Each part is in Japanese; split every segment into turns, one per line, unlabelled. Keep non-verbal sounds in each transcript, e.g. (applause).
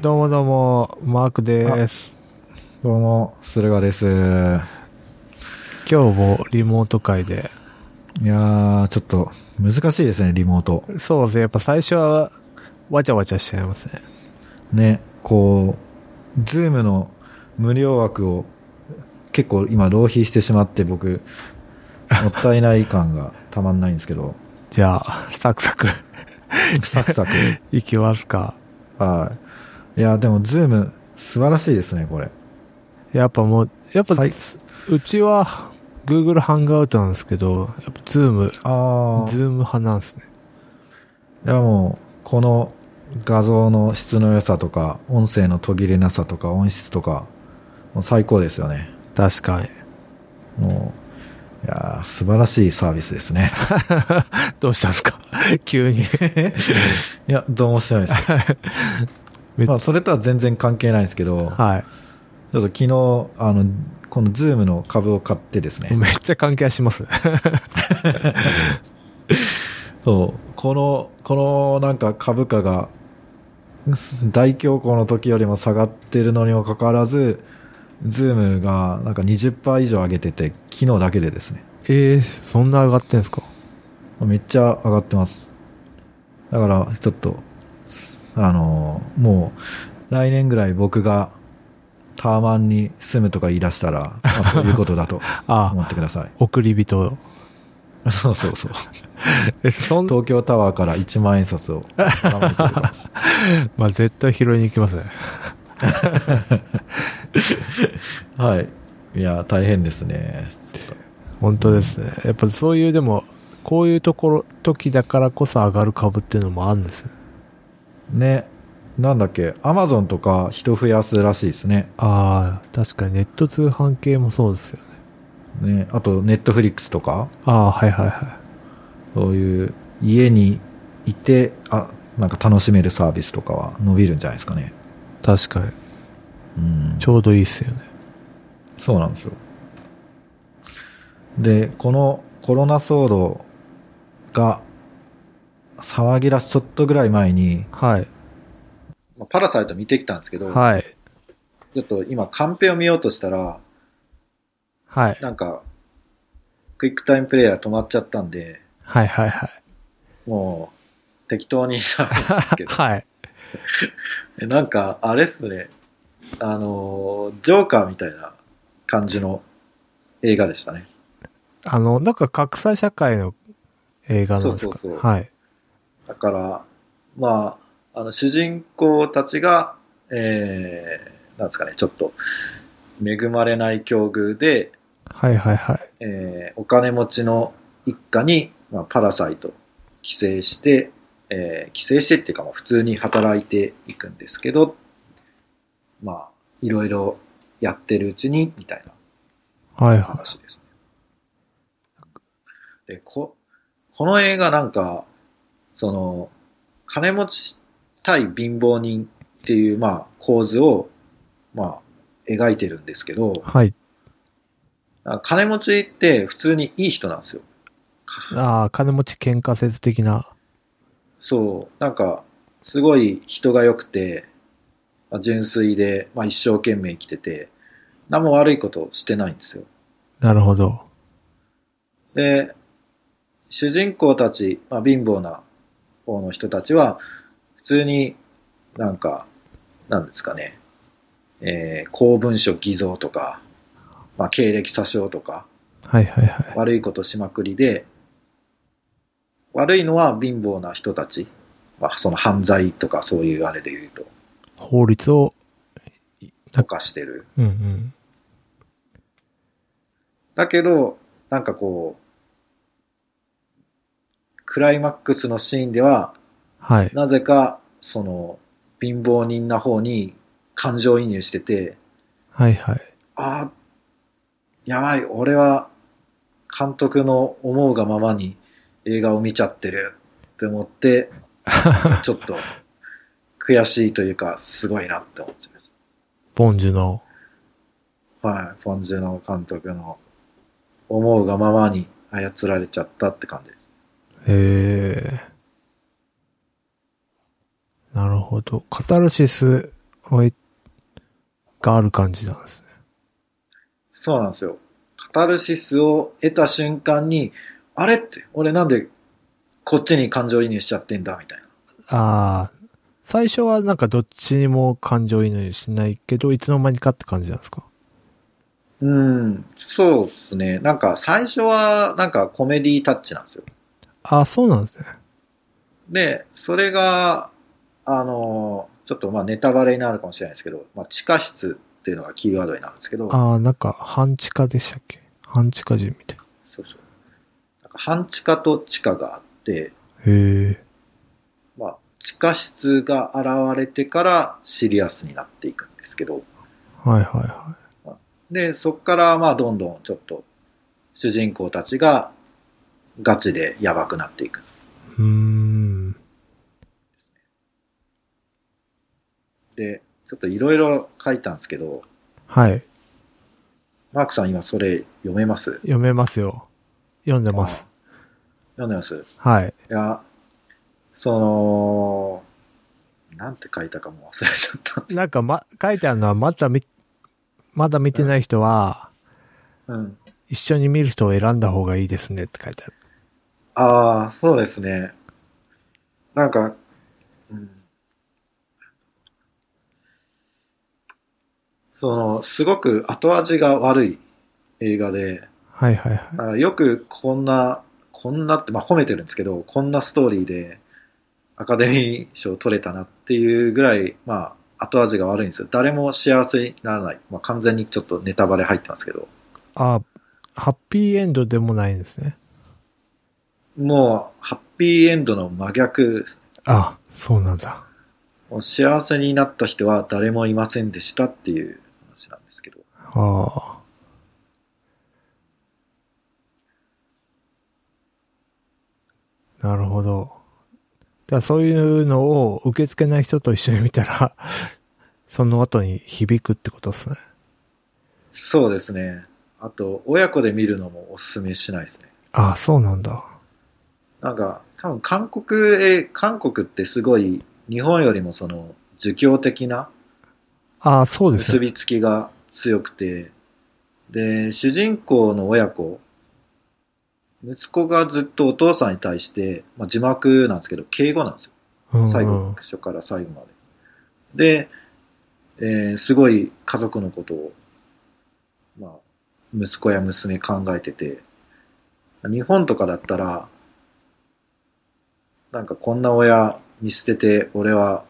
どうもどうも、マークです。
どうも、駿河です。い
今日もリモート会で。
やー、ちょっと難しいですね、リモート。
そうですね、やっぱ最初は、わちゃわちゃしちゃいますね。
ね、こう、ズームの無料枠を結構今浪費してしまって僕、もったいない感がたまんないんですけど、
じゃあ、サクサク
サクサク。
いきますか。
はい。いや、でもズーム素晴らしいですね、これ。
やっぱもう、やっぱ、
はいう
ちは、Google ハンガーアウトなんですけど、やっぱ Zoom、
あい
Zoom 派なんですね。
や、もう、この画像の質の良さとか、音声の途切れなさとか、音質とか、もう最高ですよね。
確かに。 (laughs)
もう、いやー素晴らしいサービスで
(laughs)
すね。
どうしたんですか (laughs) 急に。
いや、どうもしてないです。
(laughs) めっちゃ
まあ、それとは全然関係ないんですけど、
はい。
ちょっと昨日、あの、このズームの株を買ってですね、
めっちゃ関係します。
そう、この、このなんか株価が、す大恐慌の時よりも下がってるのにもかかわらず、ズームがなんか20%以上上げてて、昨日だけでですね、
(laughs) えー、そんな上がってんですか
めっちゃ上がってます。だから、ちょっと、すあのーもう、来年ぐらい僕がタワマンに住むとか言い出したら、まあそういうこと (laughs) だと
あ
思ってくださ
送り人。
い。そうそうそう。
(laughs) え、そん、
東京タワーから1万円札を眺めており (laughs) ます。
(laughs) まあ、絶対拾いに行きますね。
はい。いや、大変ですね。
本当ですね。やっぱそういう、でも、こういうところ、時だからこそ上がる株っていうのもあるんですね。
ね。なんだっけ、アマゾンとか人増やすらしいですね。
ああ、確かにネット通販系もそうですよね。
ね。あと、ネットフリックスとか。
ああ、はいはいは
そういう家にいて、あ、なんか楽しめるサービスとかは伸びるんじゃないですかね。
い。確かに。
うん。
ちょうどいいっすよね。
そうなんですよ。で、このコロナ騒動が騒ぎ出すちょっとぐらい前に、
はい。
パラサイト見てきたんですけど、
はい。
ちょっと今カンペを見ようとしたら、
はい。
なんか、クイックタイムプレイヤー止まっちゃったんで、
はいはいはい。
もう適当にしたんですけど、
(laughs) はい。
えなんか、あれっすね。あのー、ジョーカーみたいな感じの映画でしたね。
あの、なんか格差社会の映画なんですか
そうそうそう
はい。
だから、まあ、あの、主人公たちが、えー、なんですかね、ちょっと、恵まれない境遇で、
はいはいはい。
えーお金持ちの一家に、まあ、パラサイト寄生して、えー寄生してっていうか、まあ、普通に働いていくんですけど、まあ、いろいろやってるうちに、みたいな
はいはい。
話ですね。で、こ、この映画なんか、その、金持ち対貧乏人っていう、まあ、構図を、まあ、描いてるんですけど、
はい。
あ金持ちって普通にいい人なんですよ。
ああ、金持ち喧嘩説的な。
そう、なんか、すごい人が良くて、まあ純粋で、まあ、一生懸命生きてて、何も悪いことしてないんですよ。
なるほど。
で、主人公たち、まあ、貧乏な方の人たちは、普通になんか、なんですかね、えー公文書偽造とか、まあ、経歴詐称とか、
はいはいはい。
悪いことしまくりで、悪いのは貧乏な人たち、まあ、その犯罪とかそういうあれで言うと、
法律を、
犯してる。
うんうん。
だけど、なんかこう、クライマックスのシーンでは、
はい。
なぜか、その、貧乏人な方に感情移入してて、
はいはい。
ああ、やばい、俺は監督の思うがままに映画を見ちゃってるって思って、ちょっと悔しいというか、すごいなって思っちゃいまし
ボンジュの。
た。はい、ポンジュの監督の思うがままに操られちゃったって感じです。
えー。なるほど。カタルシスをいがある感じなんですね。
そうなんですよ。カタルシスを得た瞬間に、あれって、俺なんでこっちに感情移入しちゃってんだみたいな。
ああ。最初はなんかどっちにも感情移入しないけど、いつの間にかって感じなんですか
うん、そうですね。なんか最初はなんかコメディタッチなんですよ。
ああ、そうなんですね。
で、それが、あの、ちょっとまあネタバレになるかもしれないですけど、まあ地下室っていうのがキーワードになるんですけど、
ああ、なんか半地下でしたっけ半地下人みたいな。
そうそう。なんか半地下と地下があって、
へ
まあ地下室が現れてからシリアスになっていくんですけど、
え。はいはいは
で、そっからまあどんどんちょっと主人公たちがガチでやばくなっていく。
い。うーん。
で、ちょっといろいろ書いたんですけど、
はい。
マークさん今それ読めます
読めますよ。読んでます。
読んでます
はい。
いや、その、なんて書いたかも忘れちゃった。
なんか、ま、書いてあるのは、まだ見、まだ見てない人は、
うん。
一緒に見る人を選んだ方がいいですねって書いてある。
ああ、そうですね。なんか、うん。その、すごく後味が悪い映画で、
はいはいはい。
あよくこんな、こんなって、まあ、褒めてるんですけど、こんなストーリーでアカデミー賞取れたなっていうぐらい、まあ、後味が悪いんですよ。誰も幸せにならない。まあ、完全にちょっとネタバレ入ってますけど、
あ、ハッピーエンドでもないんですね。
もう、ハッピーエンドの真逆、
あ、そうなんだ。
もう幸せになった人は誰もいませんでしたっていう話なんですけど。
ああ。なるほど。じゃあそういうのを受け付けない人と一緒に見た (laughs) ら、その後に響くってことですね。
そうですね。あと、親子で見るのもおすすめしないですね。
あ、そうなんだ。
なんか、多分韓国へ、韓国ってすごい、日本よりもその、儒教的な
あ、そうです
結
ね。
びつきが強くて、で、主人公の親子、息子がずっとお父さんに対して、まあ、字幕なんですけど、敬語なんですよ。
うんうん
最後、初から最後まで。で、えーすごい家族のことを、まあ、息子や娘考えてて、日本とかだったら、なんかこんな親見捨てて、俺は、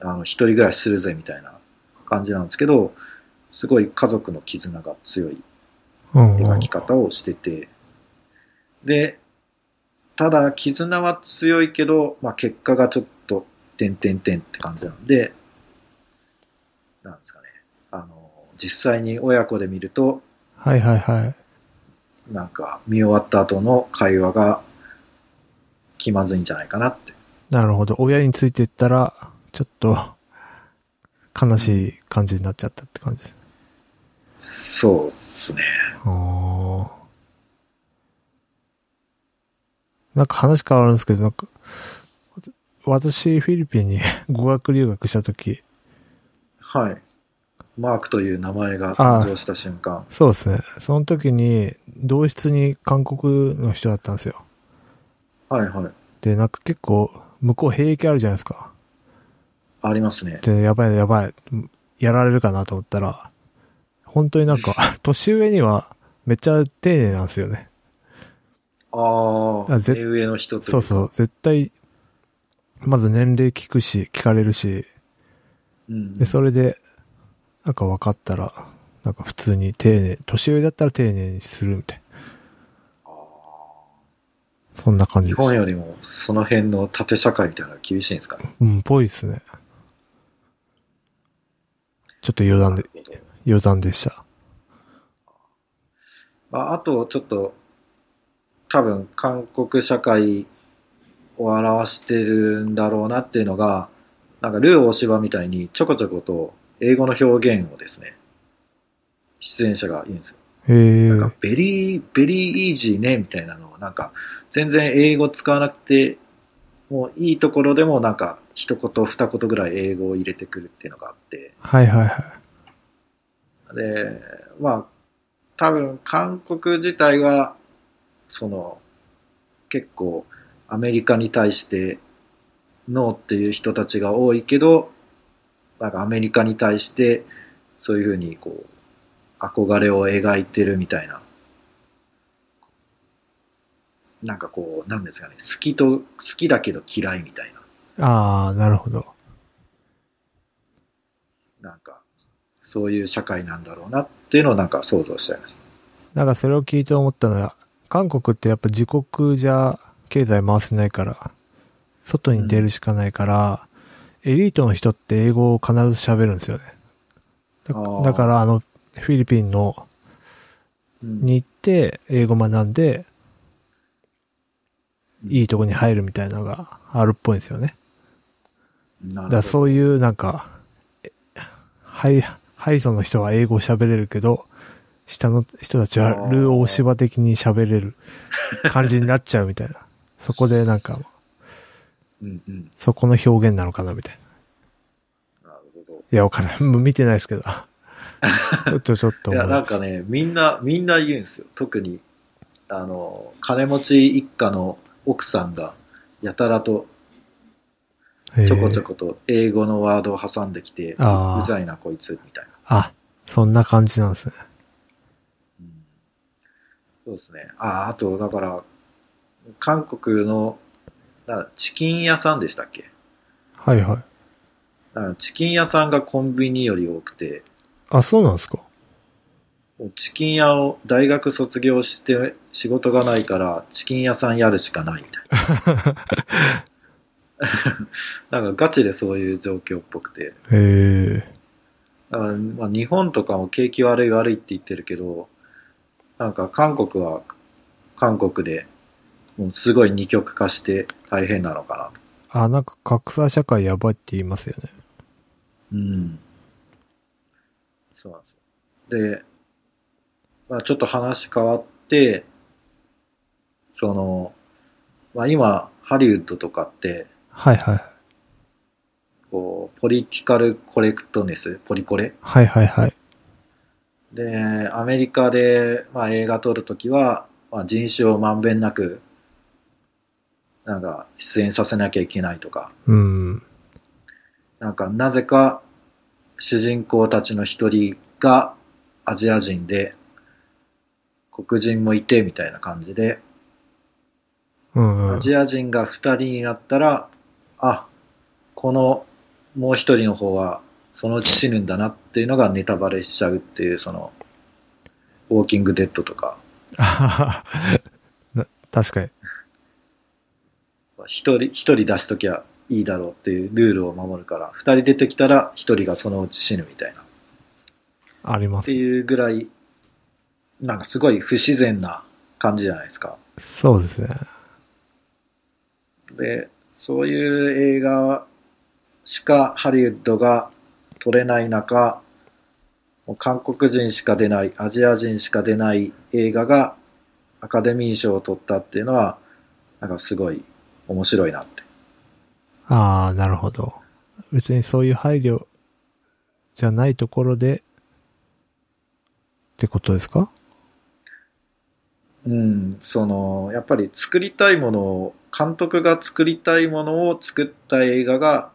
あの、一人暮らしするぜ、みたいな感じなんですけど、すごい家族の絆が強い
うんうん
描き方をしてて、で、ただ、絆は強いけど、まあ、結果がちょっと、点点点って感じなんで、なんですかね。あの、実際に親子で見ると、
はいはいはい。
なんか、見終わった後の会話が気まずいんじゃないかなって。
なるほど。親についていったら、ちょっと、悲しい感じになっちゃったって感じです。
そうっすね。
おーなんか話変わるんですけど、なんか、私、フィリピンに (laughs) 語学留学した時
はい。マークという名前が誕生した瞬間。
そうですね。その時に、同室に韓国の人だったんですよ。
はいはい。
で、なんか結構、向こう兵役あるじゃないですか。
ありますね。
で、やばいやばい、やられるかなと思ったら、本当になんか、 (laughs) 年上にはめっちゃ丁寧なんですよね。
ああ、
あぜ
目上の人という
そうそう、絶対、まず年齢聞くし、聞かれるし、
う。うん。
で、それで、なんか分かったら、なんか普通に丁寧、年上だったら丁寧にするみたい
あー
な。そんな感じ
日
でし
本
た。
よりもその辺の縦社会みたいなのが厳しいんですかね。
うん、ぽいですね。ちょっと余談で、余談でした。
まあ、あとちょっと多分韓国社会を表してるんだろうなっていうのが、なんかルー大芝みたいにちょこちょこと英語の表現をですね、出演者が言うんですよ。
へえ
なんかベリー、ベリーイージーね、みたいなのを、なんか、全然英語使わなくて、もういいところでもなんか、一言二言ぐらい英語を入れてくるっていうのがあって、
はいはいはい。
で、まあ、多分、韓国自体は、その、結構、アメリカに対して、ノーっていう人たちが多いけど、なんかアメリカに対して、そういうふうに、こう、憧れを描いてるみたいな。なんかこう、なんですかね、好きと、好きだけど嫌いみたいな。
ああ、なるほど。
なんか、そういう社会なんだろうなっていうのをなんか想像しちゃいました。
なんかそれを聞いて思ったのは、韓国ってやっぱ自国じゃ経済回せないから、外に出るしかないから、エリートの人って英語を必ず喋るんですよね。だ
あー
だからあの、フィリピンの、
うん
に行って英語学んで、
うん
いいとこに入るみたいなのがあるっぽいんですよね。
なる
だ
ほ
か
ど
らそういうなんか、はい、ハイソの人は英語喋れるけど、下の人たちはルー大芝的に喋れる感じになっちゃうみたいな。そこでなんか、
うんうん。
そこの表現なのかなみたいな。
なるほ
いや、わかんない。もう見てないですけど。ちょっとちょっと
ど。
思
いや、
い
な
ま
ん
した
かね、みんな、みんな言うんですよ。特に、あの、金持ち一家の奥さんが、やたらと、ちょこちょ
えー
こと英語のワードを挟んできて、
あー
うざいな、こいつ、みたいな。
あ、そんな感じなんですね。
うんそうですね。ああ、あと、だから、韓国の、なチキン屋さんでしたっけ
はいはい。
だからチキン屋さんがコンビニより多くて、
あ、そうなんですか
もうチキン屋を大学卒業して仕事がないからチキン屋さんやるしかないみたいな。なんかガチでそういう状況っぽくて。
へえ
だからまあ、日本とかも景気悪い悪いって言ってるけど、なんか韓国は韓国でもうすごい二極化して大変なのか
あ、なんか格差社会やばいって言いますよね。
な。うん。そうなんですよ。で、まあ、ちょっと話変わって、その、まあ、今、ハリウッドとかって、
はいはい。
こう、ポリティカルコレクトネス、ポリコレ。
はいはいはい。
で、アメリカで、まあ、映画撮るときは、まあ、人種をまんべんなく、なんか、出演させなきゃいけないとか、
うん。
なんか、なぜか、主人公たちの一人がアジア人で、黒人もいて、みたいな感じで、
うん、う
ア
ん。
ジア人が二人になったら、あ、このもう一人の方はそのうち死ぬんだなっていうのがネタバレしちゃうっていう、その、ウォーキングデッドとか、
あはは (laughs) な確かに。
一人、一人出しときゃいいだろうっていうルールを守るから、二人出てきたら一人がそのうち死ぬみたいな。っ
ありま
て
す。
いうぐらい、なんかすごい不自然な感じじゃないですか。
そうですね。
で、そういう映画しかハリウッドが撮れない中、もう韓国人しか出ない、アジア人しか出ない映画がアカデミー賞を取ったっていうのは、なんかすごい面白いなって。
ああ、なるほど。別にそういう配慮じゃないところで、ってことですか
うん、その、やっぱり作りたいものを、監督が作りたいものを作った映画が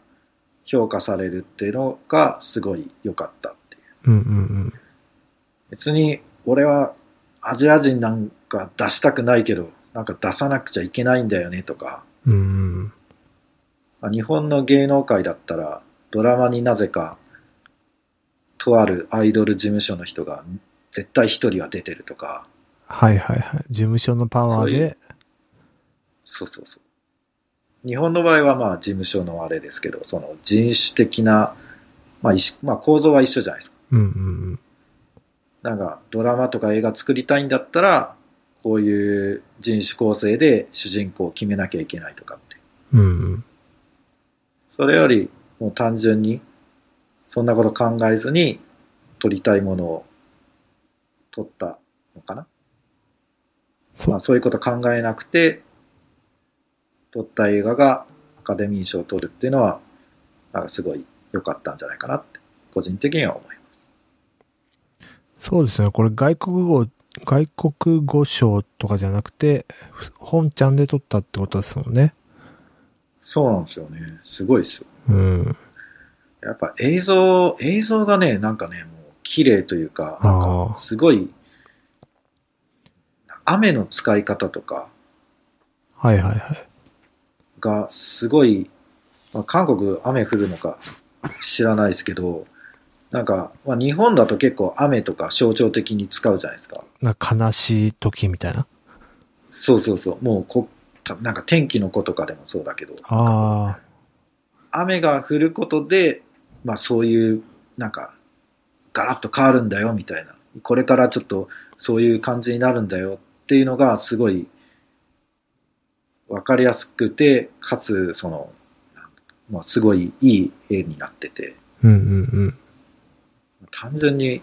評価されるっていうのがすごい良かったっていう。
うんうん
別に俺はアジア人なんか出したくないけど、なんか出さなくちゃいけないんだよねとか、
うん。うんうん。
まあ日本の芸能界だったらドラマになぜかとあるアイドル事務所の人が絶対一人は出てるとか、
はいはいはい。事務所のパワーで、
そうそうそう。日本の場合はまあ事務所のあれですけど、その人種的な、まあ一緒、まあ構造は一緒じゃないですか
うんうん
なんかドラマとか映画作りたいんだったら、こういう人種構成で主人公を決めなきゃいけないとかって。
うん。うんうん。
それよりもう単純に、そんなこと考えずに撮りたいものを撮ったのかな
そう
まあ、そういうこと考えなくて、撮った映画がアカデミー賞を取るっていうのは、なんかすごい良かったんじゃないかなって、個人的には思います。
そうですね。これ外国語、外国語賞とかじゃなくて、ふ本ちゃんで撮ったってことですもんね。
そうなんですよね。すごいですよ。
うん。
やっぱ映像、映像がね、なんかね、もう綺麗というか、
あ
なん
ー
かすごい、雨の使い方とか
はいはいはい。
がすごい、まあ、韓国雨降るのか知らないですけど、なんか、まあ、日本だと結構雨とか象徴的に使うじゃないですか。
なんか悲しい時みたいな。
そうそうそう。もうこ、たなんか天気の子とかでもそうだけど、
ああ。
雨が降ることで、まあそういう、なんか、ガラッと変わるんだよみたいな。これからちょっとそういう感じになるんだよっていうのがすごい、わかりやすくて、かつ、その、まあすごいいい絵になってて、
うんうんうん。
単純に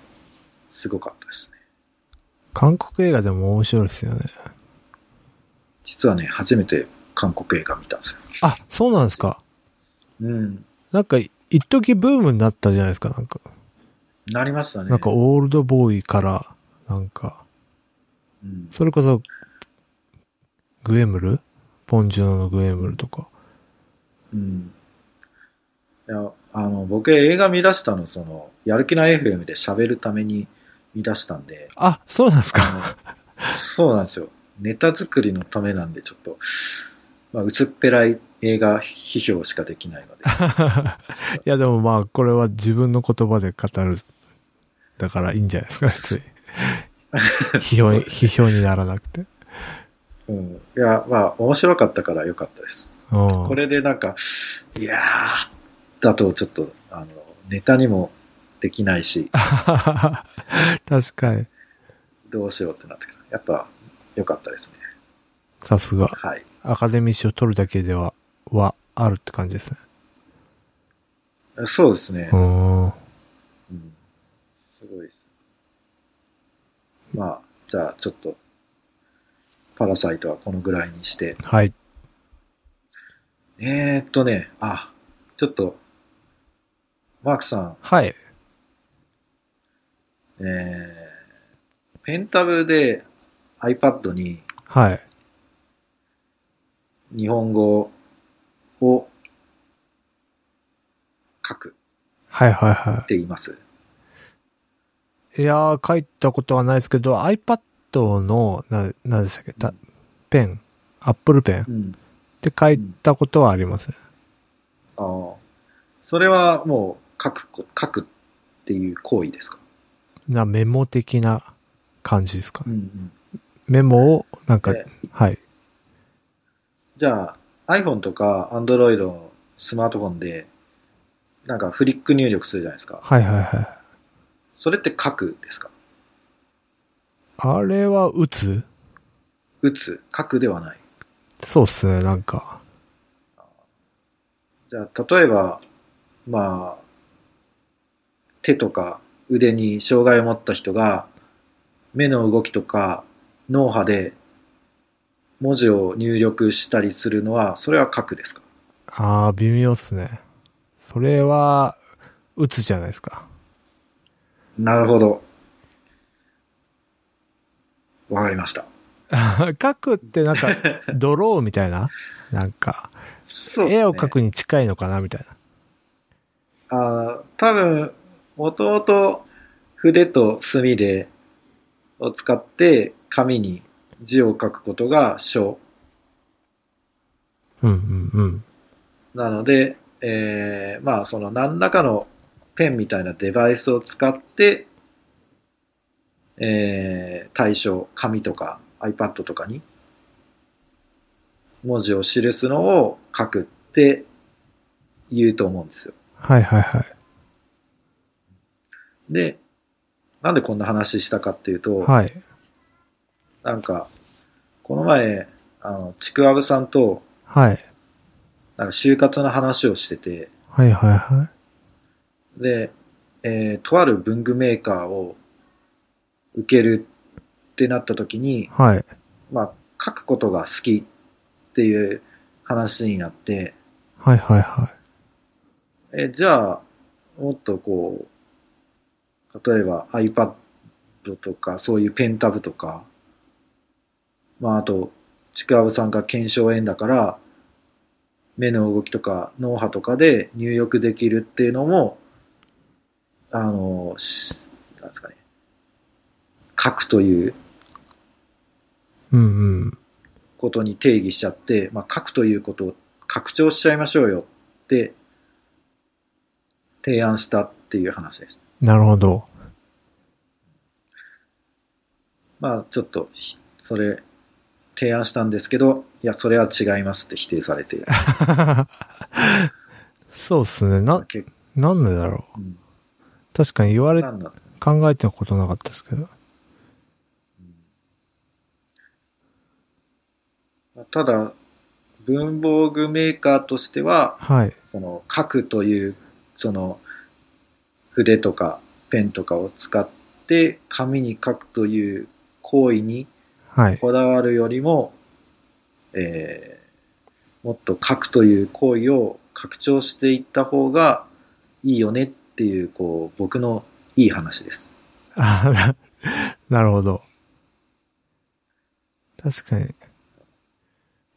すごかったですね。
韓国映画でも面白いですよね。
実はね、初めて韓国映画見たんですよ。
あ、そうなんですか。
うん。
なんか、一時ブームになったじゃないですか、なんか。
なりましたね。
なんか、オールドボーイから、なんか、
うん、
それこそ、グエムルポンジュノのグエムルとか。
うん。いや、あの、僕映画見出したの、その、やる気ない FM で喋るために見出したんで、
あ、そうなんです (laughs) か。
あのそうなんですよ。ネタ作りのためなんで、ちょっと、まあ、薄っぺらい映画批評しかできないので。
いや、でもまあ、これは自分の言葉で語る。だからいいんじゃないですか、別に。批評に、 (laughs) 批評にならなくて。
うん。いや、まあ、面白かったから良かったです。
こ
こ、れでなんか、いやー、だとちょっと、あの、ネタにもできないし、
(laughs) 確かに。
どうしようってなってから、やっぱ、良かったですね。
さすが。
はい。
アカデミー賞取るだけでは、は、あるって感じですね。
そうですね。
うん。
うんすごいです。まあ、じゃあちょっと、パラサイトはこのぐらいにして。
はい。
えー、っとね、あ、ちょっと、マークさん、
はい。
えー、ペンタブで iPad に
はい。
日本語を書く
はいはいは
って言います。
い。いやー、書いたことはないですけど、iPad の、な、なんでしたっけ、たペン、Apple ペンっ
うん。
て書いたことはありますね。
ああ。それはもう書くこ、書くっていう行為ですか
な、メモ的な感じですか
う
ね。
んうん。
メモを、なんか、
え
はい。
じゃあ iPhone とか Android のスマートフォンでなんかフリック入力するじゃないですか。
はいはいはい。
それって書くですか
あれは打つ
打つ書くではない。
そうっすね、なんか。
じゃあ例えば、まあ、手とか腕に障害を持った人が目の動きとか脳波で文字を入力したりするのは、それは書くですか
あー、微妙っすね。それは、打つじゃないですか。
なるほど。わかりました。
(laughs) 書くってなんか、ドローみたい
(laughs)
ななんか、
そうですね
絵を描くに近いのかなみたいな。
あー多分、元々筆と墨で、を使って紙に字を書くことが書
うんうんうん。
なので、えー、まあその何らかのペンみたいなデバイスを使って、えー、対象、紙とか iPad とかに文字を記すのを書くって言うと思うんですよ。
はいはいはい。
で、なんでこんな話したかっていうと、
はい。
なんか、この前、あの、ちくわぶさんと、
はい。
なんか就活の話をしてて、
はいはいは
で、えーとある文具メーカーを受けるっってなった時に、
はい。
まあ、書くことが好きっていう話になって、
はいはいは
え、じゃあ、もっとこう、例えば iPad とか、そういうペンタブとか、まあ、あと、ちくわぶさんが検証円だから、目の動きとか脳波とかで入力できるっていうのも、あの、しなんですかね、書くという
い。うんうん。
ことに定義しちゃって、まあ、書くということを拡張しちゃいましょうよって提案したっていう話です。
なるほど。
まあちょっとひ、それ、提案したんですけど、いや、それは違いますって否定されて、
そうっすね。な、
結
なんでだろう。
構、うん
確かに言われ
な、んだ
考えたことなかったですけど。
うんただ、文房具メーカーとしては、
はい。
その、書くという、その、筆とかペンとかを使って、紙に書くという行為に
はい。
こだわるよりも、えーもっと書くという行為を拡張していった方がいいよねっていう、こう、僕のいい話です。
あな (laughs) なるほど。確かに。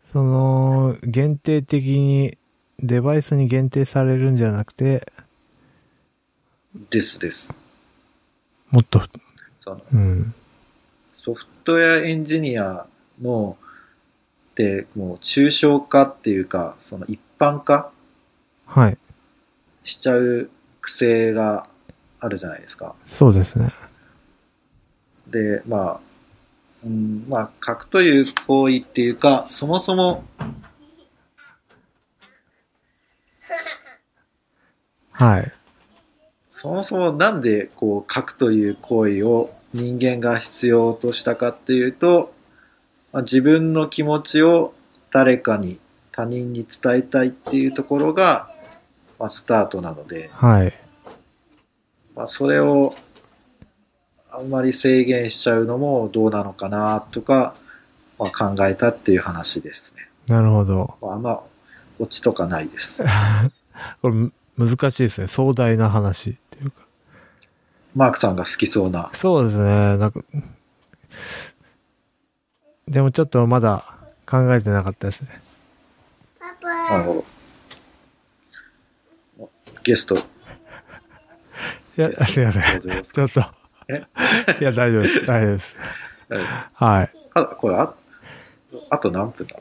その、限定的に、デバイスに限定されるんじゃなくて、
ですです。
もっと、
その
うん。
ソフトウェアエンジニアの、で、もう、抽象化っていうか、その一般化
はい。
しちゃう癖があるじゃないですか。
そうですね。
で、まあ、うん、まあ、書くという行為っていうか、そもそも
はい。
そもそもなんでこう書くという行為を人間が必要としたかっていうと、まあ自分の気持ちを誰かに他人に伝えたいっていうところが、まあ、スタートなので、
はい。
まあ、それをあんまり制限しちゃうのもどうなのかなとか、まあ、考えたっていう話ですね。
なるほど。
まあ、あんまオチとかないです。
これ、む難しいですね。壮大な話っていうか。
マークさんが好きそうな。
そうですね。なんか、でもちょっとまだ考えてなかったですね。
あの、ゲスト、
いや、すいません。
どうぞ
ちょっと。
え
いや、大丈夫
(laughs)
です。大丈夫です。
はい
はい。
あ、これあ、あと何分だ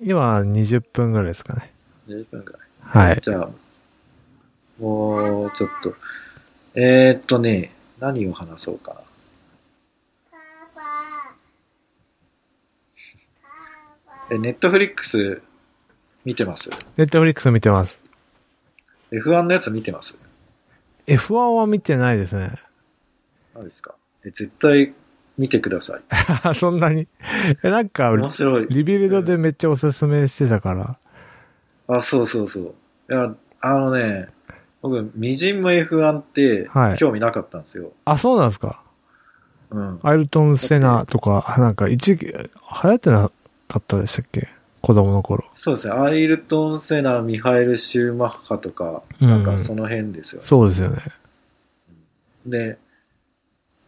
今、20分ぐらいですかね。
?20 分くらい。
はい。
じゃあ、もうちょっと。えー、っとね、何を話そうかな。え、ネットフリックス見てます
ネットフリックス見てます。
?F1 のやつ見てます
F1 は見てないですね。 (laughs)
何ですかえ、絶対見てください。
そんなに。え、なんか、
面白い。
リビルドでめっちゃおすすめしてたから。
あ、そうそうそう。いや、あのね、僕、みじんも F1 って
はい
興味なかったんですよ。
あ、そうなんですか。
うん。
アイルトン・セナとか、なんか、一時期、流行ってなかったでしたっけ子供の頃。
そうですね。アイルトン・セナ、ミハエル・シューマッハとか、
うん
なんかその辺ですよね。
そうですよね。
で、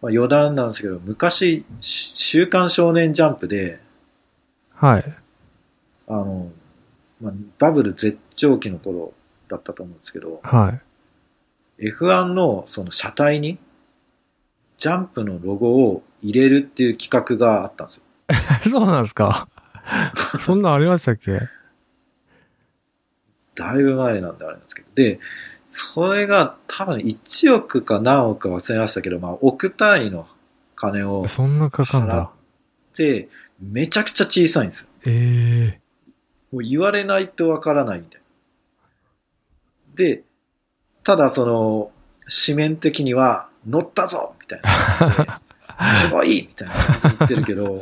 まあ、余談なんですけど、昔、し週刊少年ジャンプで、
はい。
あの、まあ、バブル絶頂期の頃だったと思うんですけど、
はい。
F1 のその車体に、ジャンプのロゴを入れるっていう企画があったんですよ。
(laughs) そうなんです
(laughs)
か。そんなんありましたっけ
だいぶ前なんであれなんですけど。で、それが多分1億か何億か忘れましたけど、まあ、億単位の金を
そんなかかん
払っ
だ。
て、めちゃくちゃ小さいんですよ。
ええ
もう言われないとわからないみたいな。で、ただその、紙面的には、乗ったぞみたいな。すごいみたいな感じで言ってるけど、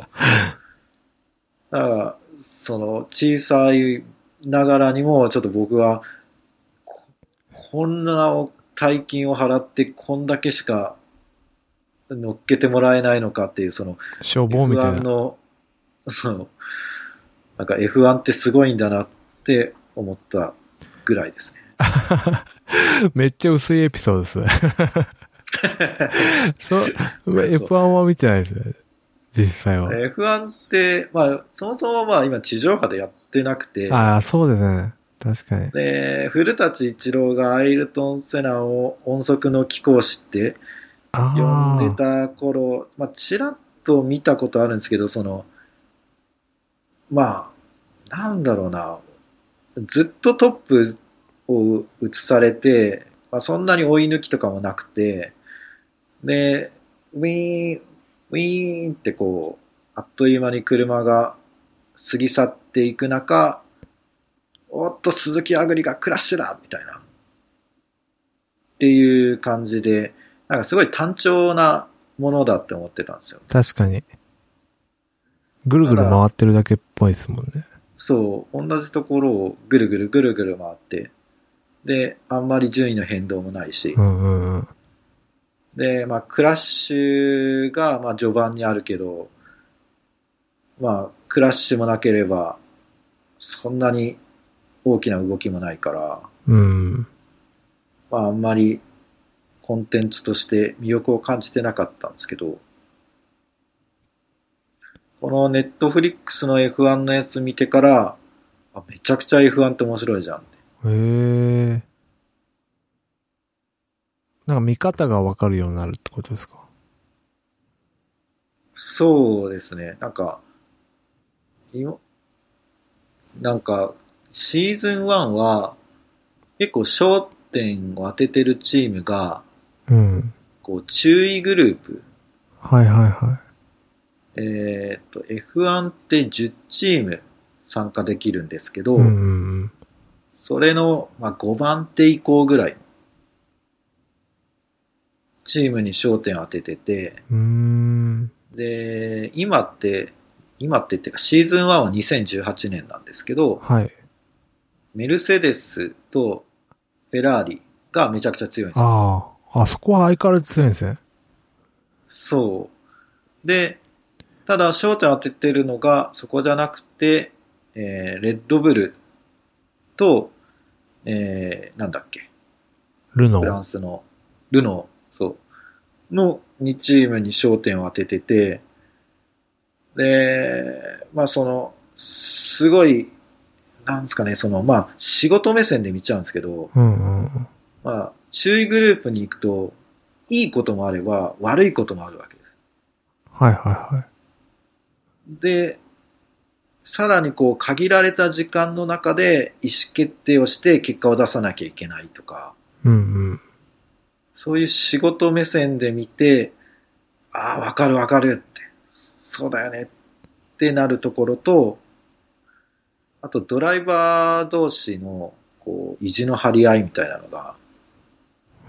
だから、その、小さいながらにも、ちょっと僕は、ここんな大金を払って、こんだけしか乗っけてもらえないのかっていう、その、
消防みたい
F1
な。
の、その、なんか F1 ってすごいんだなって思ったぐらいですね。
めっちゃ薄いエピソードですね。そう、F1 は見てないですね。実際は。
F1 って、まあ、そもそもまあ今地上波でやってなくて、
ああ、そうですね。確かに。
で、古舘一郎がアイルトン・セナを音速の貴公子って呼
あ
ん
あ
で。た頃、まあ、ちらっと見たことあるんですけど、その、まあ、なんだろうな、ずっとトップを映されて、まあ、そんなに追い抜きとかもなくて、で、ウィーン、ウィーンってこう、あっという間に車が過ぎ去っていく中、おっと、鈴木アグリがクラッシュだみたいな。っていう感じで、なんかすごい単調なものだって思ってたんですよ。
確かに。ぐるぐる回ってるだけっぽいですもんね。
そう、同じところをぐるぐるぐるぐる回って、で、あんまり順位の変動もないし
う、んうんうん。
で、まあ、クラッシュが、まあ、序盤にあるけど、まあ、クラッシュもなければ、そんなに大きな動きもないから、
うん。
まあ、あんまりコンテンツとして魅力を感じてなかったんですけど、このネットフリックスの F1 のやつ見てから、あめちゃくちゃ F1 って面白いじゃんって。
へえなんか見方がわかるようになるってことですか
そうですね。なんか、今、なんか、シーズン1は、結構焦点を当ててるチームが、
うん。
こう、注意グループ、
はいはいは
えーっと、F1 って10チーム参加できるんですけ
い。
ど、
うんうんうん。
それの、まあ、5番手以降ぐらい、チームに焦点を当ててて、
うーん。
で、今って、今ってっていうか、シーズン1は2018年なんですけど、
はい。
メルセデスとフェラーリがめちゃくちゃ強いんですよ
ああ。あそこは相変わらず強いんですね。
そう。で、ただ焦点を当ててるのがそこじゃなくて、えーレッドブルと、えーなんだっけ、
ルノ
フラ
ー
ン。スのルノー、そう、の2チームに焦点を当ててて、で、まあその、すごい、なんですかね、その、まあ仕事目線で見ちゃうんですけど、
うんうんうん。
まあ注意グループに行くと、いいこともあれば悪いこともあるわけです。
はいはいはい。
で、さらにこう限られた時間の中で意思決定をして結果を出さなきゃいけないとか、
うん
そういう仕事目線で見て、ああ、わかるわかるって、そうだよねってなるところと、あとドライバー同士のこう意地の張り合いみたいなのが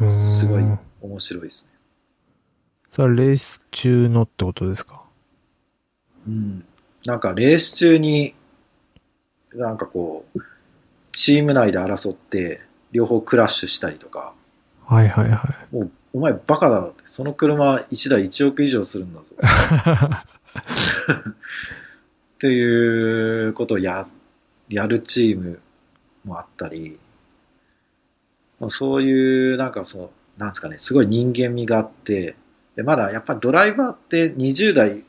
うん。うーん
すごい面白いですね。
それはレース中のってことですか
うん。なんかレース中に、なんかこう、チーム内で争って、両方クラッシュしたりとか、
はいはいはい。
もう、お前バカだろって、その車1台1億以上するんだぞ。っていうことをや、やるチームもあったり、もうそういう、なんかそう、なんですかね、すごい人間味があって、でまだやっぱドライバーって20代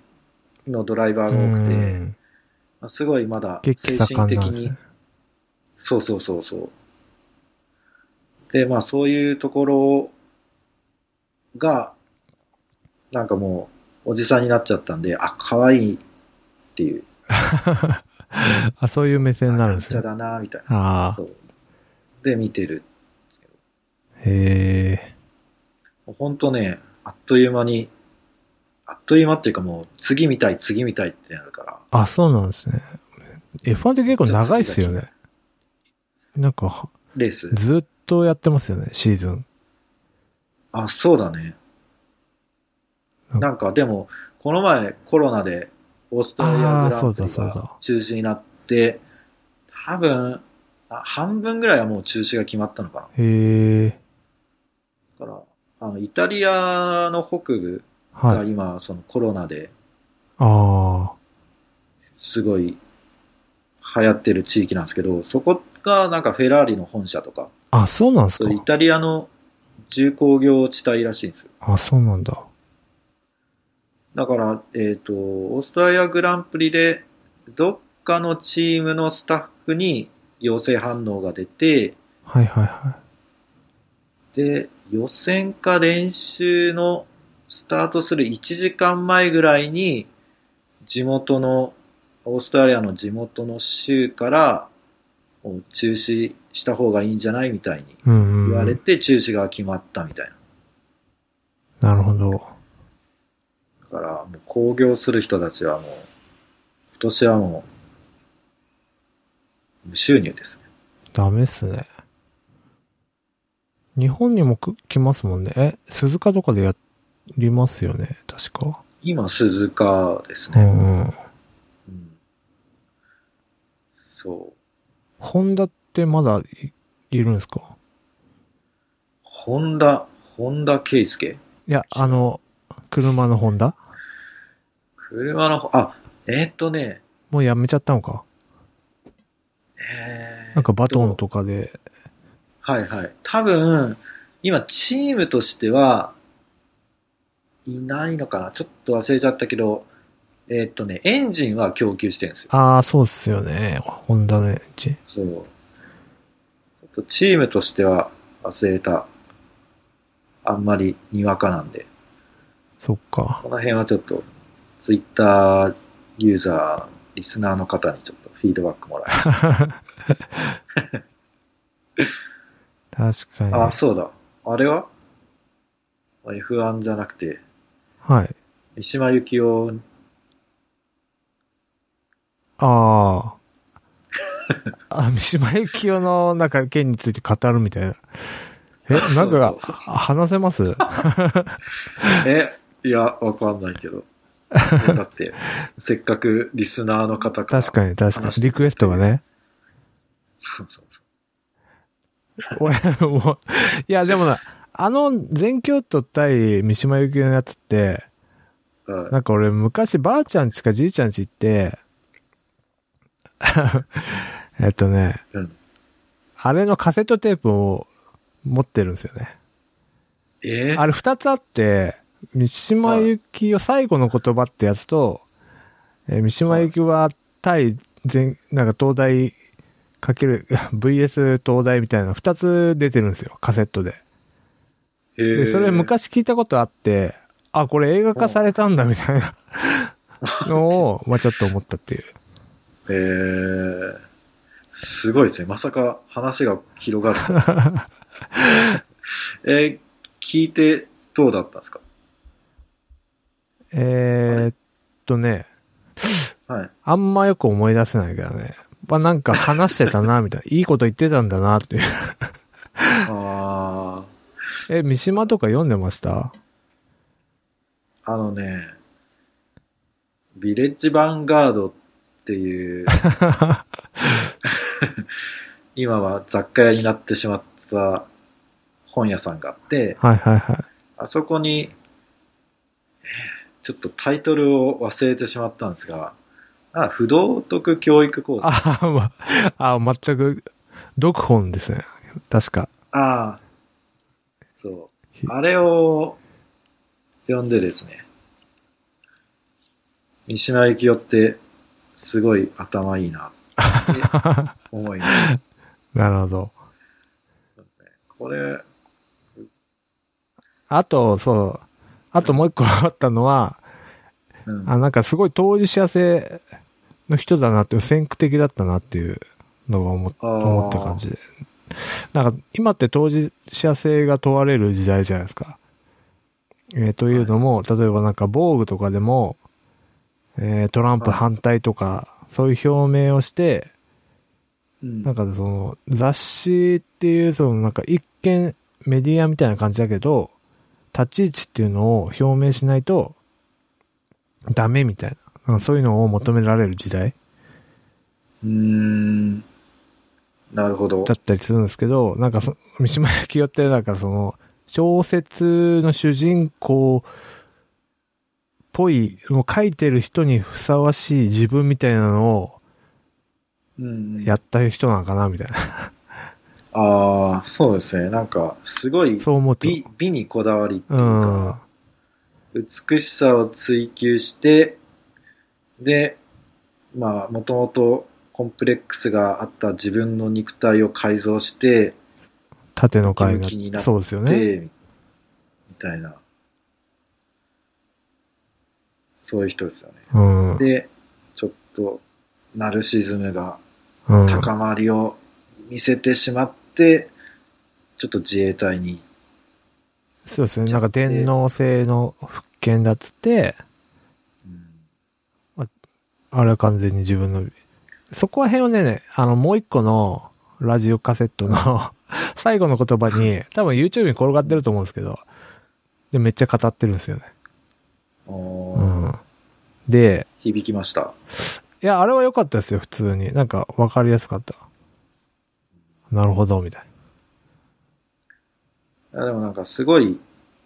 のドライバーが多く
う
て、
ん
まあすごいまだ精
激
神
盛ん
的
なんです
に
ね。
そうそうそうそう。で、まあそういうところが、なんかもう、おじさんになっちゃったんで、あ、可愛いっていう、
あ、そういう目線になるん
お
です
茶
ね。
だな、みたいな。
ああ
そ。う。で、見てる。
へえ。
もうほんとね、あっという間に、あっという間っていうかもう、次見たい、次見たいってなるから。
あ、そうなんですね。F1 って結構長いっすよね。なんかは、
レース。
ずっとやってますよね、シーズン。
あ、そうだね。
うん
なんかでも、この前コロナでオーストラリ
あー
アグランプリ
そうだそうだ
が中止になって、多分、あ半分ぐらいはもう中止が決まったのかな。
へえ。
だから、あの、イタリアの北部、だから
はい。
今、そのコロナで
あ
すごい流行ってる地域なんですけど、そこがなんかフェラーリの本社とか、
あ。あ、そうなんです
そ
か
れイタリアの重工業地帯らしいんですよ。
あ、そうなんだ。
だから、えっ、と、オーストラリアグランプリで、どっかのチームのスタッフに陽性反応が出て、
はいはいは
で、予選か練習のスタートする1時間前ぐらいに、地元の、オーストラリアの地元の州から、もう中止した方がいいんじゃないみたいに
い。うんうん、うん。
言われて、中止が決まったみたいな。
なるほど。
だから、もう興行する人たちはもう、今年はもう、無収入ですね。
ダメっすね。日本にもく来ますもんね。え、鈴鹿とかでやりますよね。確か。
今、鈴鹿です
う
ね。
んうん。
うんそう。
ホンダってまだいいるんですか
ホンダ、ホンダケイスケ。
いや、あの、車のホンダ
車の、あ、えーっとね、
もうやめちゃったのか。
えーっと
なんかバトンとかで。
はいはい。多分、今チームとしては、いないのかなちょっと忘れちゃったけど、えーっとね、エンジンは供給してるんですよ。
ああ、そうっすよね。ホンダのエンジン。
そう。ちょっとチームとしては忘れた。あんまりにわかなんで。
そっか。
この辺はちょっと、ツイッターユーザー、リスナーの方にちょっとフィードバックもらえ
(laughs) 確かに。
あ、そうだ。あれは ?F1 じゃなくて、
はい。
三島由紀夫、
ああ。あ、三島由紀夫のなんか件について語るみたいな。え、なんか
(laughs) そうそうそう
話せます
え、いや、わかんないけど。だ
(laughs)
って、せっかくリスナーの方から。
確かに確か
話し
に。
て
リクエストがね。
(laughs) そうそう
俺もういや、でもな、あの、全京都対三島由紀夫のやつって、
そうはい
なんか俺昔ばあちゃんちかじいちゃんち行って、 (laughs) えっとね、
うん
あれのカセットテープを持ってるんですよね。
え
あれ二つあって、三島由紀夫最後の言葉ってやつと、えー三島由紀夫は対全、なんか東大かける、VS 東大みたいな二つ出てるんですよ、カセットで。
えー
で、それ昔聞いたことあって、あ、これ映画化されたんだみたい
(laughs)
なのを、まあちょっと思ったっていう。
えー、すごいですね。まさか話が広がるとは。えー、聞いてどうだったんですか
えーっとね、
はい。
あんまよく思い出せないけどね。まあなんか話してたな、みたいな。いいこと言ってたんだな、っていう。
あ
え、三島とか読んでました
ー、あのね、ビレッジヴァンガードっていう、 (laughs) 今は雑貨屋になってしまった本屋さんがあって、
はいはいはい。
あそこに、えーちょっとタイトルを忘れてしまったんですが、あ不道徳教育講座。あ
ああ、まあ、あ全く、読本ですね。確か。
あー、そう。あれを読んでですね、三島由紀夫ってすごい頭いいなって思いました。
なるほど。
これ、
あと、そう。あともう一個あったのは、
うん、
あ、なんかすごい当事者性の人だなって、先駆的だったなっていうのが思っ
あー
思った感じで。なんか今って当事者性が問われる時代じゃないですか。えーというのも、例えばなんか防具とかでも、えートランプ反対とか、そういう表明をして、
うん
なんかその雑誌っていうそのなんか一見メディアみたいな感じだけど、立ち位置っていうのを表明しないとダメみたいな。なんかそういうのを求められる時代
うーん、なるほど。
だったりするんですけど、なんかそ三島由紀夫ってなんかその小説の主人公ぽい、もう書いてる人にふさわしい自分みたいなのを
うん。
やった人なのかな、みたいな。
ああ、そうですね。なんか、すごい
そう思うと。
美、美にこだわりっていう
うん
か、。美しさを追求して、で、まあ、もともとコンプレックスがあった自分の肉体を改造して、
縦の階
ムキムキに
が。
なって
そうですよね。
で、みたいな。そういう人ですよね。
うん。うん。
で、ちょっと、ナルシズムが高まりを見せてしまって、ちょっと自衛隊に、
そうですね。なんか電脳性の復権だっつって、
うん
あれは完全に自分の、そこら辺をね、あの、もう一個のラジオカセットの (laughs) 最後の言葉に、多分 YouTube に転がってると思うんですけど、で、めっちゃ語ってるんですよね。
お
う
ー
ん。で、
響きました。
いや、あれは良かったですよ、普通に。なんか、わかりやすかった。なるほど、みたい
いやでもなんかすごい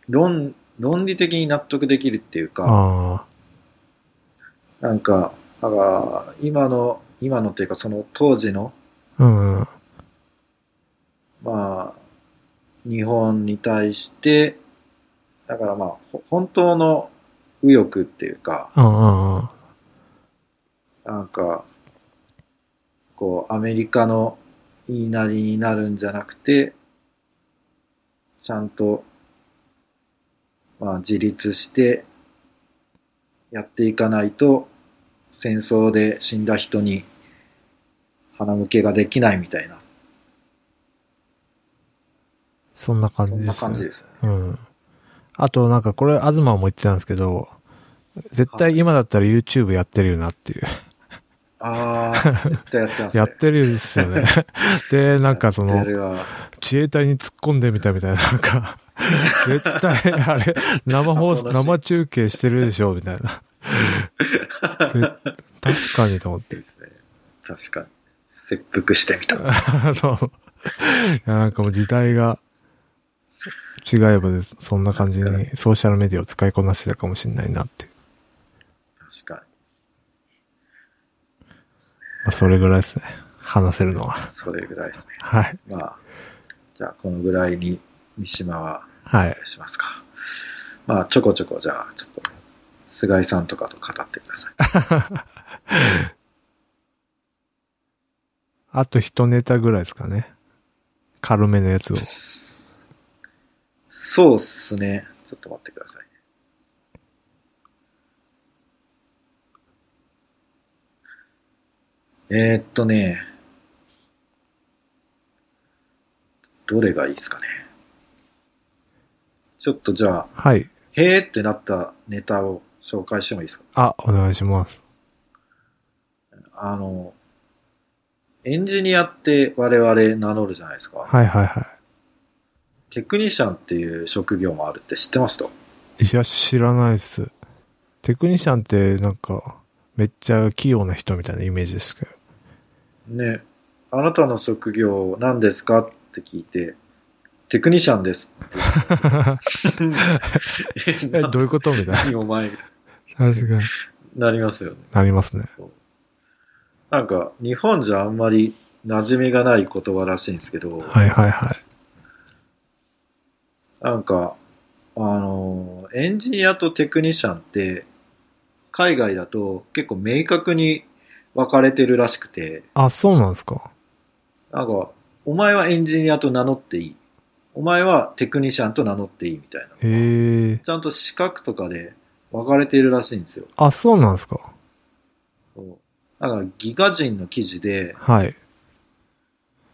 論、論理的に納得できるっていう
な。
か、
あ
なんか、だから今の、今のっていうかその当時の、
あ。うん。
まあ、日本に対して、だからまあ、ほ本当の右翼っていうか、
うんうんうん。
なんか、こう、アメリカの言いなりになるんじゃなくて、ちゃんと、まあ、自立して、やっていかないと、戦争で死んだ人に、鼻向けができないみたいな、
そんな感
そん
じで
な
す、ね。
感じですね。
うん。あと、なんか、これ、東も言ってたんですけど、絶対今だったら YouTube やってるよなっていう。
ああ、絶対やってます
(laughs)
ね。
やってるんですよ
(laughs)
ね。で、なんかそ
やっ
の
て、るわ
自衛隊に突っ込んでみたみたいな、なん
(laughs)
か、絶対、あれ、生放送、
アポなし
生中継してるでしょ、みたいな。ぜ確かにと思って。 (laughs)
確かに。切腹してみた。
そう。いや、なんかもう時代が違えばです。そんな感じ
確
にソーシャルメディアを使いこなしてたかもしれないなっていう。
確か
まあ、それぐらいですね。話せるのは。
に。それぐらいですね。
はい。
まあ、じゃあこのぐらいに三島は
はい。
しますか。まあ、ちょこちょこじゃあ、ちょっと、菅井さんとかと語ってください。
あと一ネタぐらいですかね。軽めのやつを。
そうっすね。ちょっと待ってください。えー、っとね、どれがいいですかね。ちょっとじゃあ、
はい。
へーってなったネタを紹介してもいいですか
あ、お願いします。
あの、エンジニアって我々名乗るじゃないですか。
はいはいは
テクニシャンっていう職業もあるって知ってました
い。いや、知らないっす。テクニシャンってなんか、めっちゃ器用な人みたいなイメージですけど。
ね。あなたの職業何ですかって聞いて、テクニシャンですって。
(laughs) え、どういうことみたいな。
何お前、
確かに。
なりますよね。
なりますね。
なんか、日本じゃあんまり馴染みがない言葉らしいんですけど、
はいはいはい。
なんか、あの、エンジニアとテクニシャンって、海外だと結構明確に分かれてるらしくて、
あ、そうなんですか。
なんか、お前はエンジニアと名乗っていい。お前はテクニシャンと名乗っていいみたいな。
へえ。
ちゃんと資格とかで分かれているらしいんですよ。
あ、そうなんですか。
そうだから、ギガ人の記事で、
はい。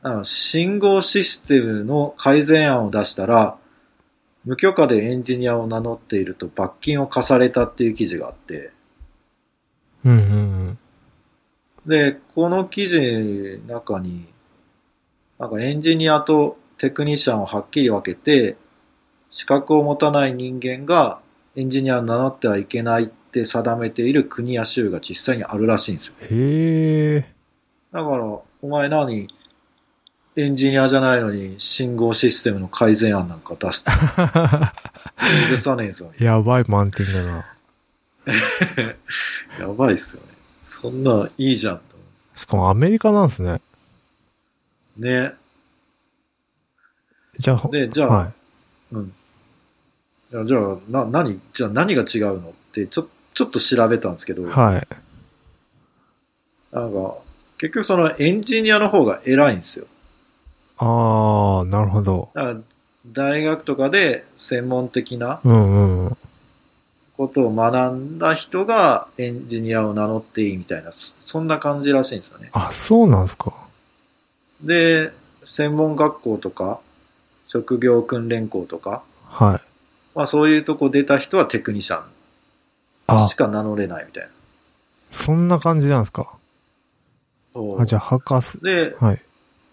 あの信号システムの改善案を出したら、無許可でエンジニアを名乗っていると罰金を課されたっていう記事があって、
うんうん
で、この記事の中に、なんかエンジニアとテクニシャンをはっきり分けて、資格を持たない人間がエンジニアを名乗ってはいけないって定めている国や州が実際にあるらしいんですよ。
うん。へえ。
だから、お前何、エンジニアじゃないのに信号システムの改
(laughs)
善案なんか出して、許さねえぞ。
やばい満点だな。
やばいっすよね。そんなんいいじゃんと。
しかもアメリカなんですね。
ね。
じゃあ、
で、じゃあ、
はい。
うん。いやじゃあ、な、何、じゃあ何が違うのって、ちょ、ちょっと調べたんですけど、
はい。
なんか、結局そのエンジニアの方が偉いんですよ。
ああ、なるほど。
だから、大学とかで専門的な
うんうん。
ことを学んだ人がエンジニアを名乗っていいみたいな、そそんな感じらしいんですよね。
あ、そうなんですか。
で、専門学校とか、職業訓練校とか、
はい。
まあそういうとこ出た人はテクニシャン
あ
し、か名乗れないみたいな。
そんな感じなんですか。
そう
あ、じゃあ、博士。
で、
はい。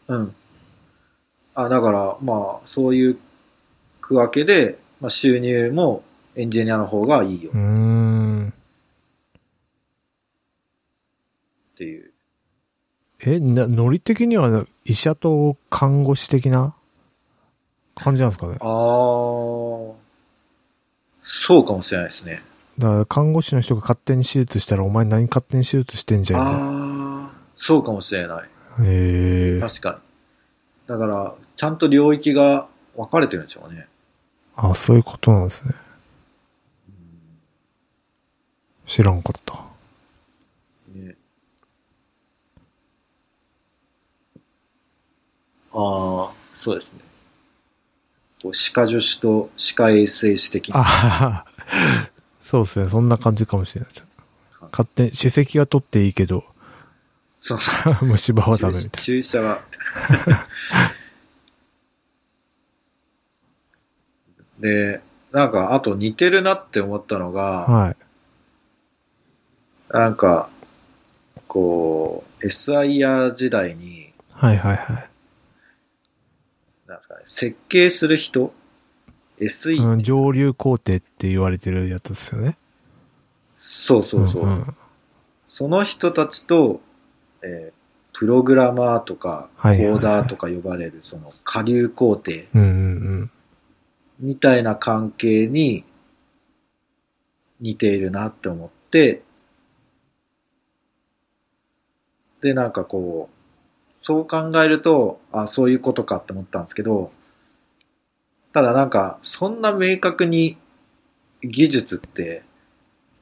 うん。あ、だから、まあ、そういう区分けで、まあ、収入もエンジニアの方がいいよ
うーん。
っていう。
え、な、ノリ的には医者と看護師的な感じなんですかね。
あー、そうかもしれないですね。
だから、看護師の人が勝手に手術したら、お前何勝手に手術してんじゃんみたいな。
あー、そうかもしれない。
へえ。
確かに。だから、ちゃんと領域が分かれてるんでしょうね。
あ、そういうことなんですね。知らんかった。
ねああ、そうですね。こう歯科助手と歯科衛生士的な。
あそうですね。そんな感じかもしれないですよ。勝手に、歯石は取っていいけど、 (laughs)
そう
虫歯はダメみたい
注射
(laughs)
は。で、なんか、あと似てるなって思ったのが、
な。はい。
なんか、こう、SIR 時代に、
はいはいはい。
なんかね、設計する人 ?SE、
うん、上流工程って言われてるやつですよね。
そうそうそう。
んん
その人たちと、えープログラマーとか、コ
はいはいはい
ーダーとか呼ばれる、その下流工程
うんうん
みたいな関係に似ているなって思って、で、なんかこう、そう考えると、あ、そういうことかって思ったんですけど、ただなんか、そんな明確に技術って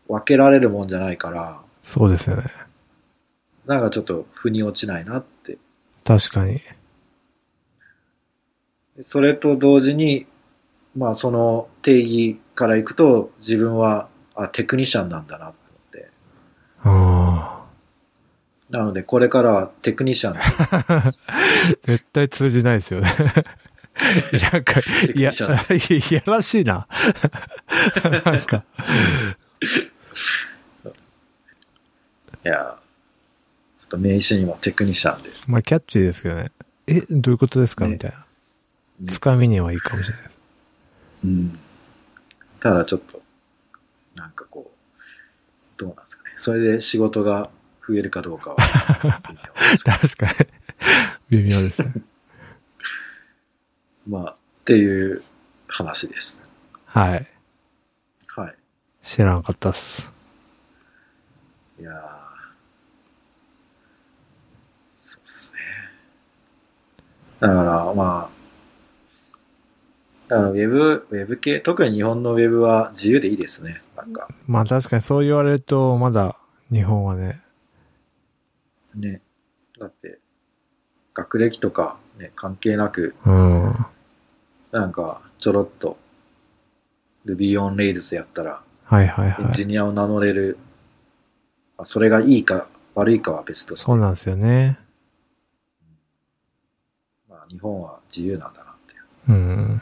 分けられるもんじゃないから、
そうですよね。
なんかちょっと腑に落ちないなって。
確かに。
それと同時に、まあその定義からいくと自分はあテクニシャンなんだなと思って。
あ
なのでこれからはテクニシャン、
あ。絶対通じないですよね。 (laughs) なんか、いや、い
びっくりしちゃっ
やらしい
(laughs)
な。なんか、
いや、ちょっと名刺にもテクニシャンで。
まあキャッチーですけどね。え、どういうことですか
ね
みたいな。
ね
つかみにはいいかもしれない。
うん。ただちょっと、なんかこう、どうなんですかね。それで仕事が増えるかどうかは微妙ですけ
(laughs) 確かに。微妙です
(laughs)
ね。
ど。まあ、っていう話です。
はい。
はい。
知らんかったっす。
いやーそうっすね。だから、まあ、だからウェブ、ウェブ系、特に日本のウェブは自由でいいですね。なんか、
まあ確かにそう言われると、まだ日本はね。
ね。だって、学歴とかね、関係なく、
うん。
なんか、ちょろっと、Ruby on Rails やったら、
はいはい
エン
は
ジ
い。
ニアを名乗れる、まあそれがいいか悪いかは別として
そう、なんですよね。
まあ、日本は自由なんだなってい
う
う
ん。
っ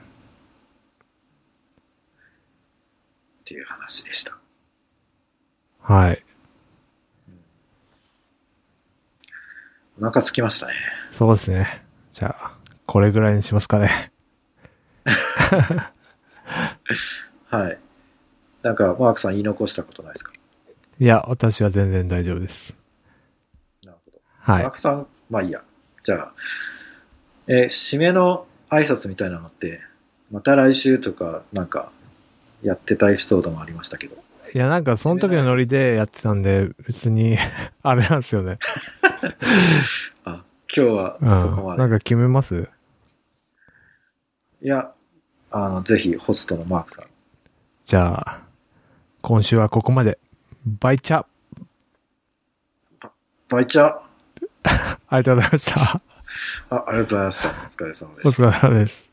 ていう話でした。
はい。
お腹すきましたね。
そうですね。じゃあ、これぐらいにしますかね。 (laughs)
はい。なんか、マークさん言い残したことないですか
いや、私は全然大丈夫です。
なるほど。
はい
マー。クさん、まあいいや。じゃあ、えー締めの挨拶みたいなのって、また来週とか、なんか、やってたエピソードもありましたけど。
いや、なんかその時のノリでやってたんで、別に、 (laughs) あれなんですよね。
あ、今日は
うん。
そこまで。
なんか決めます
いや、あの、ぜひ、ホストのマークさん。
じゃあ、今週はここまで。バイチャ
バイチャ
ありがとうございました。
あ、ありがとうございました。お疲れ様で
お
した。
疲れ様です。